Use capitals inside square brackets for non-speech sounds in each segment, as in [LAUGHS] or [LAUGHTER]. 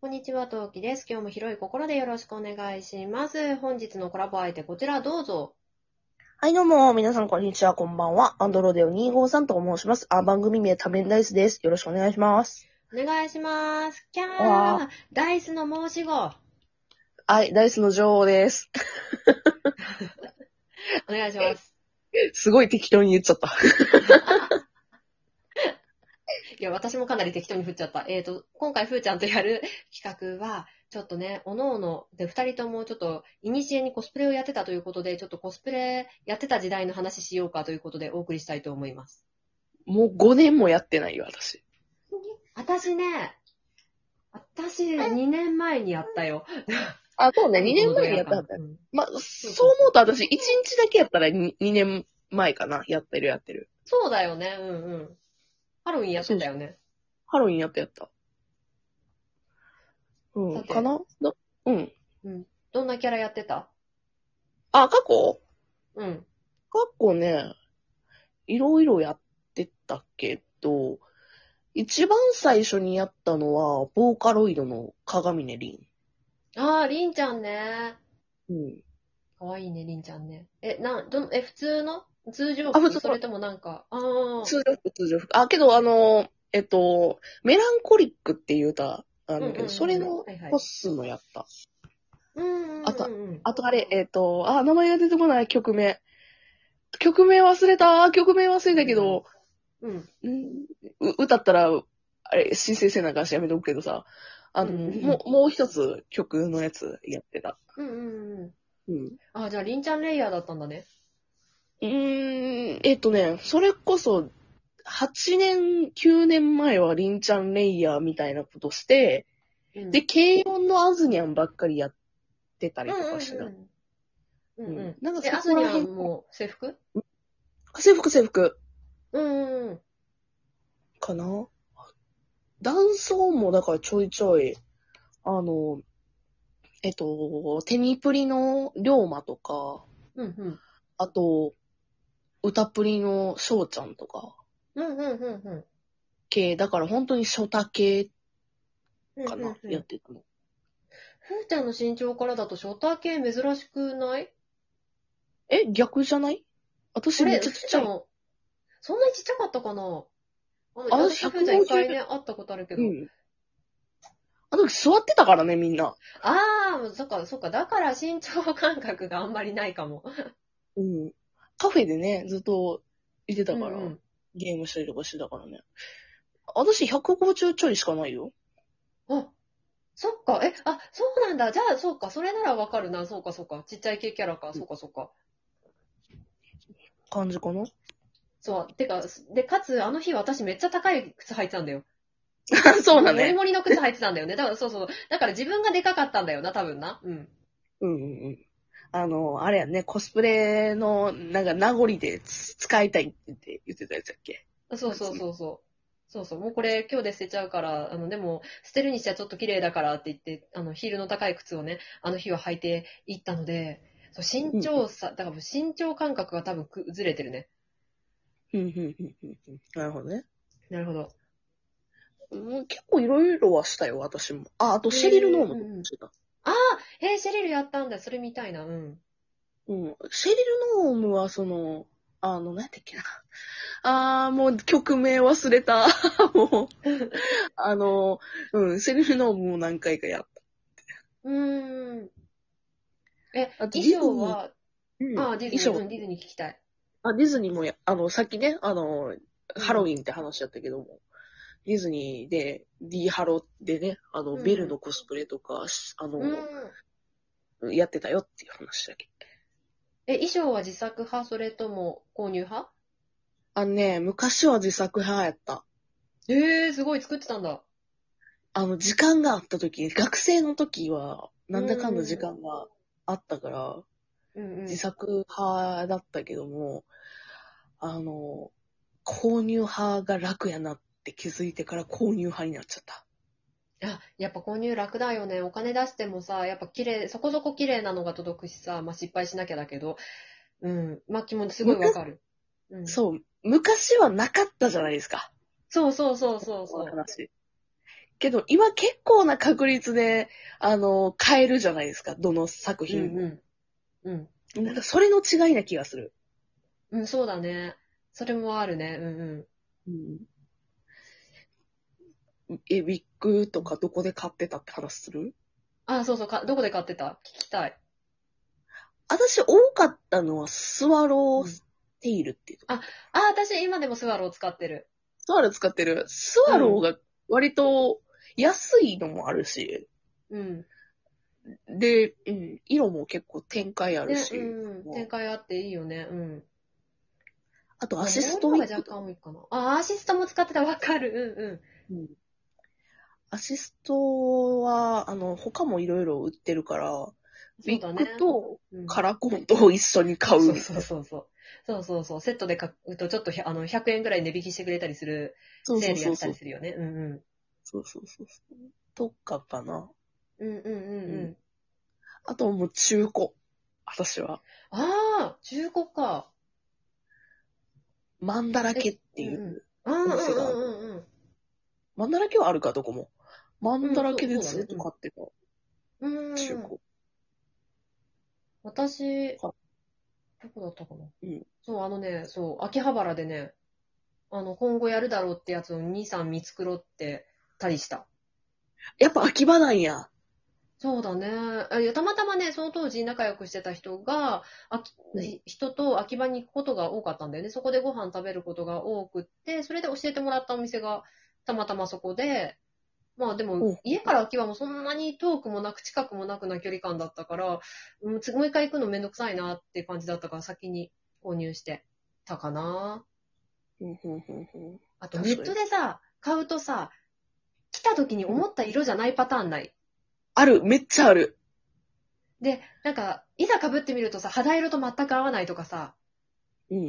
こんにちは、トウキです。今日も広い心でよろしくお願いします。本日のコラボ相手、こちらどうぞ。はい、どうも、皆さん、こんにちは、こんばんは。アンドロデオ253と申します。あ、番組名、多面ダイスです。よろしくお願いします。お願いします。キャわーダイスの申し子。おはい、ダイスの女王です。願いします。 [LAUGHS] すごい適当に言っちゃった。いや、私もかなり適当に振っちゃった。えっ、と、今回、ふーちゃんとやる企画は、ちょっとね、おのおの、で、二人ともちょっと、いにしえにコスプレをやってたということで、ちょっとコスプレやってた時代の話しようかということでお送りしたいと思います。もう5年もやってないよ、私。私ね、私、2年前にやったよ。あ、そうね、2年前にやったんだよ。まあ、そう思うと私、1日だけやったら 2, 年前かな。やってる、やってる。そうだよね、うんうん。ハロウィンやってたよね。ハロウィンやった、やった。うさん、てかななうん。どんなキャラやってたあ、過去うん。過去ね、いろいろやってたけど、一番最初にやったのは、ボーカロイドの鏡音凛。あー、りんちゃんね。うん。かわいいね、りんちゃんね。え、なん、どの、え、普通の通常あ普通服のそれともなんか、ああ。通常服、通常服。あ、けどあの、えっと、メランコリックっていう歌なんだけど、それのはいはいコスもやった。うんうんうんうんあとあとあれ、えっと、あ、名前が出てこない、曲名。曲名忘れた、曲名忘れたけど、うん。うんう歌ったら、あれ、申請せなあかんしやめとくけどさ、あの、うんもう、もう一つ曲のやつやってた。うんうんうん。うん。あー、じゃあ、りんちゃんレイヤーだったんだね。うーん、えっとね、それこそ、8年、9年前はりんちゃんレイヤーみたいなことして、うんで、軽音のアズニャンばっかりやってたうんりとかしてた。うんうん。うんうん。なんかえ、あすそこにらは辺、もう制服制服制服うんうんうん。かな男装もだからちょいちょい、あの、えっと、テニプリの龍馬とか、うんうん。あと、歌プリの翔ちゃんとか、うんうんうんうん。系、だから本当に初多系うんかな、うんうやっんてたの。ふーちゃんの身長からだとショーター系珍しくないえ、逆じゃない私こめれ、っちふーゃちちっちゃゃんい。も、そんなにちっちゃかったかなああ私とふーちゃん150一回ね、会ったことあるけど。うん。あの時座ってたからね、みんな。ああ、そっか、そっか、だから身長感覚があんまりないかも。うん。カフェでね、ずっといてたから、うんうんゲームしたりとかしてたからね。私150ちょいしかないよ。あ、そっか、え、あ、そうなんだ。じゃあ、そうか、それならわかるな。そうか、そうか。ちっちゃい系キャラか、そうか、そうか。感じかな。そう、てか、で、かつ、あの日私めっちゃ高い靴履いてたんだよ。 [LAUGHS] そうだモリね。モリの靴履いてたんだよね。だから、そうそう。だから自分がでかかったんだよな、多分な。うん。うんうんうん。あの、あれやね、コスプレの、なんか名残でつ使いたいって言ってたやつだっけ。そうそうそうそう。そうそう。もうこれ今日で捨てちゃうから、あの、でも、捨てるにしてはちょっと綺麗だからって言って、あの、ヒールの高い靴をね、あの日は履いていったので、そう身長差、だからもう身長感覚が多分くずれてるね。うんうんうんうんうん。なるほどね。なるほど。うん結構いろいろはしたよ、私も。あ、あとシェリル・ノームもしてた。へえ、シェリルやったんだ。それ見たいな。うん。うん。シェリル・ノームは、その、あの、なんだっけな。あー、もう曲名忘れた。 [LAUGHS] もう、あの、うん、シェリル・ノームも何回かやっうーん。え、あと衣装は、た。うんあ、ディズニー、衣う装んディズニー聞きたい。あ、ディズニーもや、あの、さっきね、あの、ハロウィンって話だったけども、ディズニーで、D ハロでね、あの、うんベルのコスプレとか、あの、うん。やってたよっていう話だけ。え、衣装は自作派それとも購入派あのね、昔は自作派やった。えー、すごい作ってたんだ。あの、時間があった時、学生の時は、なんだかんだ時間があったから、うんうん自。作派だったけども、あの、購入派が楽やなって気づいてから購入派になっちゃった。あ、やっぱ購入楽だよね。お金出してもさ、やっぱ綺麗、そこそこ綺麗なのが届くしさ、まあ失敗しなきゃだけど、うん、まあ気持ちすごいわかる。うん、そう、昔はなかったじゃないですか。そうそうそうそうそこのう。話。けど、今結構な確率で、あの、変えるじゃないですか、どの作う品も。んうん。うん。なんか、それの違いな気がする。うん、そうだね。それもあるね。うんうえ、ウィッグとかどこで買ってたって話するん。あ、そうそうか、どこで買ってた聞きたい。私多かったのはスワローステイルっていうとこ、あ、私今でもスワロー使ってる。スワロー使ってる。スワローが割と安いのもあるし、うん。で、うん、色も結構展開あねるし、うん。展開あっていいよね。うん。あとアシストウィがッグ、若干多いかな。あ、アシストも使ってた。わかる。うんうん。うんアシストは、あの、他もいろいろ売ってるから、ウそうィだッねグとうんカラコンと一緒に買う。そうそうそうそう。そうそうそう。セットで買うと、ちょっとひあの100円ぐらい値引きしてくれたりする、そうセールそうやそうったそうり。するよね。うんうん。そうそうそうそう。とかかな。うんうんうんう。うんあともう中古。私は。ああ、中古か。マンだらけっていう。うんうんうん店があるうんうん。マンだらけはあるか、どこも。マンだらけでずっと買ってた。うん中古。私、あどこだったかな、うんそう、あのね、そう、秋葉原でね、あの、今後やるだろうってやつを2、3見繕ってたりした。やっぱ秋葉なんや。そうだね。あいやたまたまね、その当時仲良くしてた人が、あきうん人と秋葉に行くことが多かったんだよね。そこでご飯食べることが多くって、それで教えてもらったお店がたまたまそこで、まあでうもん、家から秋葉もそんなに遠くもなく近くもなくな距離感だったから、うんつもう一回行くのめんどくさいなって感じだったから先に購入してたかな。うんうんうんうんあとネ確かットにでさ、買うとさ、来た時に思った色じゃないパターンない。ある、めっちゃある。で、なんか、いざ被ってみるとさ、肌色と全く合わないとかさ、うんうんう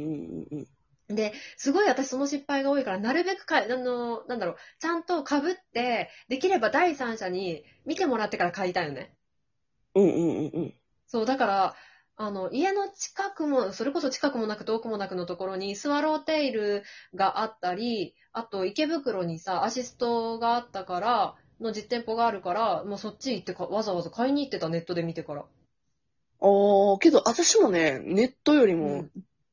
んうん。で、すごい私その失敗が多いから、なるべくか、あの、なんだろう、ちゃんと被って、できれば第三者に見てもらってから買いたいよね。うんうんうんうん。そう、だから、あの、家の近くも、それこそ近くもなく遠くもなくのところに、スワローテイルがあったり、あと池袋にさ、アシストがあったから、の実店舗があるから、もうそっち行ってか、わざわざ買いに行ってた、ネットで見てから。あー、けど私もね、ネットよりうもん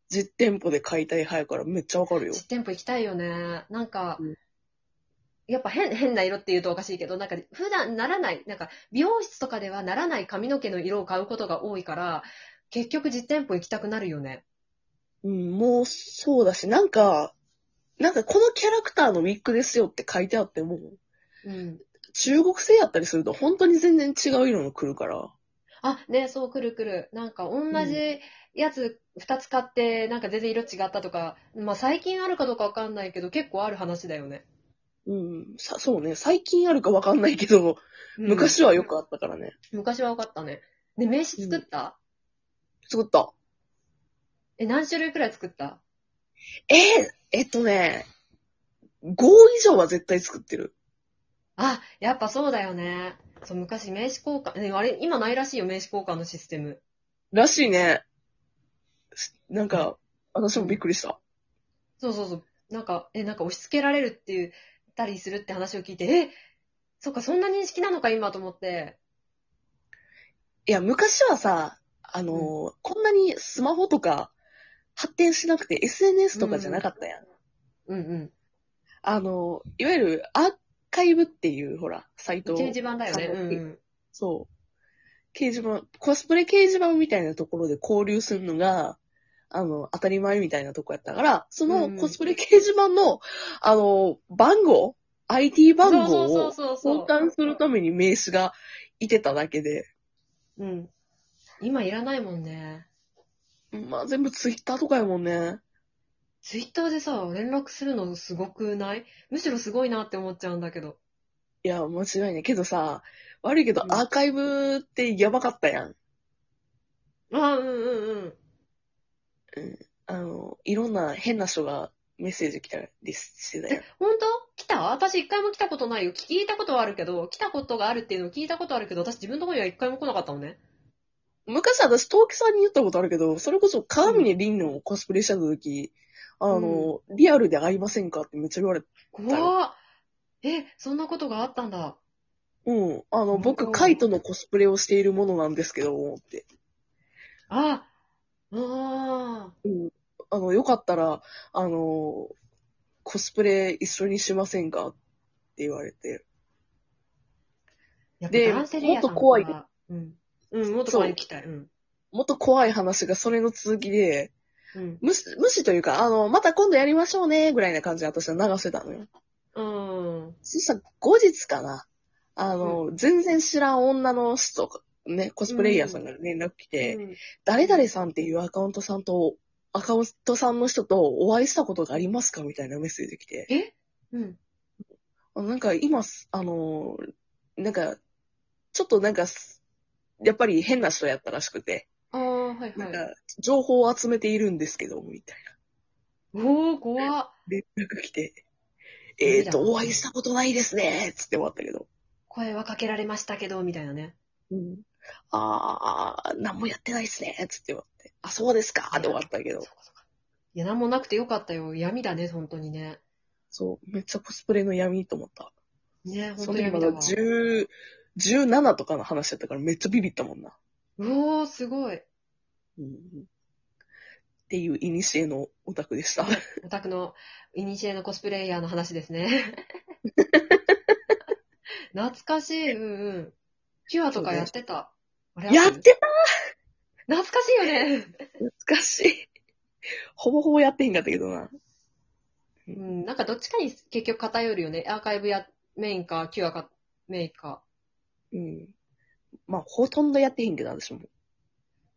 実店舗で買いたい派やからめっちゃわかるよ。実店舗行きたいよね。なんか、うんやっぱ変、変な色って言うとおかしいけど、なんか普段ならない、なんか美容室とかではならない髪の毛の色を買うことが多いから、結局実店舗行きたくなるよね。うん、もうそうだし、なんか、なんかこのキャラクターのウィッグですよって書いてあっても、うん。中国製やったりすると本当に全然違う色の来るから。あ、ね、そう、くるくる。なんか同じやつ2つ買って、なんか全然色違ったとか、まあ最近あるかどうかわかんないけど、結構ある話だよね。うん、さ、そうね。最近あるかわかんないけど、昔はよくあったからね。うん。昔は分かったね。で、名刺作った、作った。え、何種類くらい作ったえーえっとね、5以上は絶対作ってる。あ、やっぱそうだよね。そう、昔名刺交換、ねあれ、今ないらしいよ、名刺交換のシステム。らしいね。しなんか、私もびっくりした。そうそうそう。なんか、え、なんか押し付けられるって言ったりするって話を聞いて、え、そっか、そんな認識なのか、今と思って。いや、昔はさ、あのーこんなにスマホとか発展しなくて SNS とかじゃなかったやん。うんうん。あのーいわゆるアーカイブっていう、ほら、サイト一。日版だよね。そううんうん。そう。掲示板、コスプレ掲示板みたいなところで交流するのが、あの、当たり前みたいなとこやったから、そうんのうんコスプレ掲示板の、あの、番号 ?IT 番号そうをそうそうそ交う換するために名刺がいてただけで、うん。今いらないもんね。まあ全部ツイッターとかやもんね。ツイッターでさ、連絡するのすごくないむしろすごいなって思っちゃうんだけど。いや、間違いない。けどさ、悪いけどうんアーカイブってやばかったやん。あ、うんうんうん。あの、いろんな変な人がメッセージ来たりしてたやん。本当来た私一回も来たことないよ。聞いたことはあるけど、来たことがあるっていうのを聞いたことあるけど、私自分の方には一回も来なかったのね。昔私、東木さんに言ったことあるけど、それこそ、川峰凛のコスプレしてた時、あの、リアルで会いませんかってめっちゃ言われて、怖っ。え、そんなことがあったんだ。うん。あの、う僕、んカイトのコスプレをしているものなんですけども、って。あ、あうん。あの、よかったら、あの、コスプレ一緒にしませんかって言われて。ー。でやっぱ男性レイヤーさんもっと怖いがうん。うん、もっと怖いに来たい。うん。もっと怖い話がそれの続きで、うん。無視、無視というか、あの、また今度やりましょうね、ぐらいな感じで私は流してたのよ。うん。そしたら後日かな。あの、全然知らん女の人が、ね、コスプレイヤーさんから連絡来て、うん誰々さんっていうアカウントさんと、アカウントさんの人とお会いしたことがありますかみたいなメッセージ来て。うん。あなんか今、あの、なんか、ちょっとなんか、やっぱり変な人やったらしくて、ああ、はいなんはい。か、情報を集めているんですけど、みたいおお怖っ。な。なんか来て、ダメえじーゃんと、お会いしたことないですねつって終わったけど。声はかけられましたけど、みたいなね。うん。あー、なんもやってないっすねつって終わって。あ、そうですかって終わったけそうど。かそうか。いや、なんもなくてよかったよ。闇だね、本当にね。そう、めっちゃコスプレの闇と思った。ね、本当そのに闇時まだだわ。 10 17とかの話だったからめっちゃビビったもんな。うおー、すごい。うん、っていう古のオタクでした。オタクの、イニシエのコスプレイヤーの話ですね。懐かしい、うんうん。キュアとかやってた。あれやってた懐かしいよね。懐かしい。ほぼほぼやってへんかったけどな。うん、なんかどっちかに結局偏るよね。アーカイブや、メインか、キュアか、メインか。うん。まあ、ほとんどやってへんけど、私も。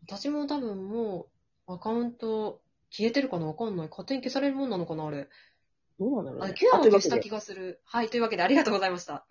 私も多分もう、アカウント消えてるかなわかんない。勝手に消されるもんなのかなあれ。どうなんだろう、あね。キュアあをという消わけしたで気がする。はい、というわけでありがとうございました。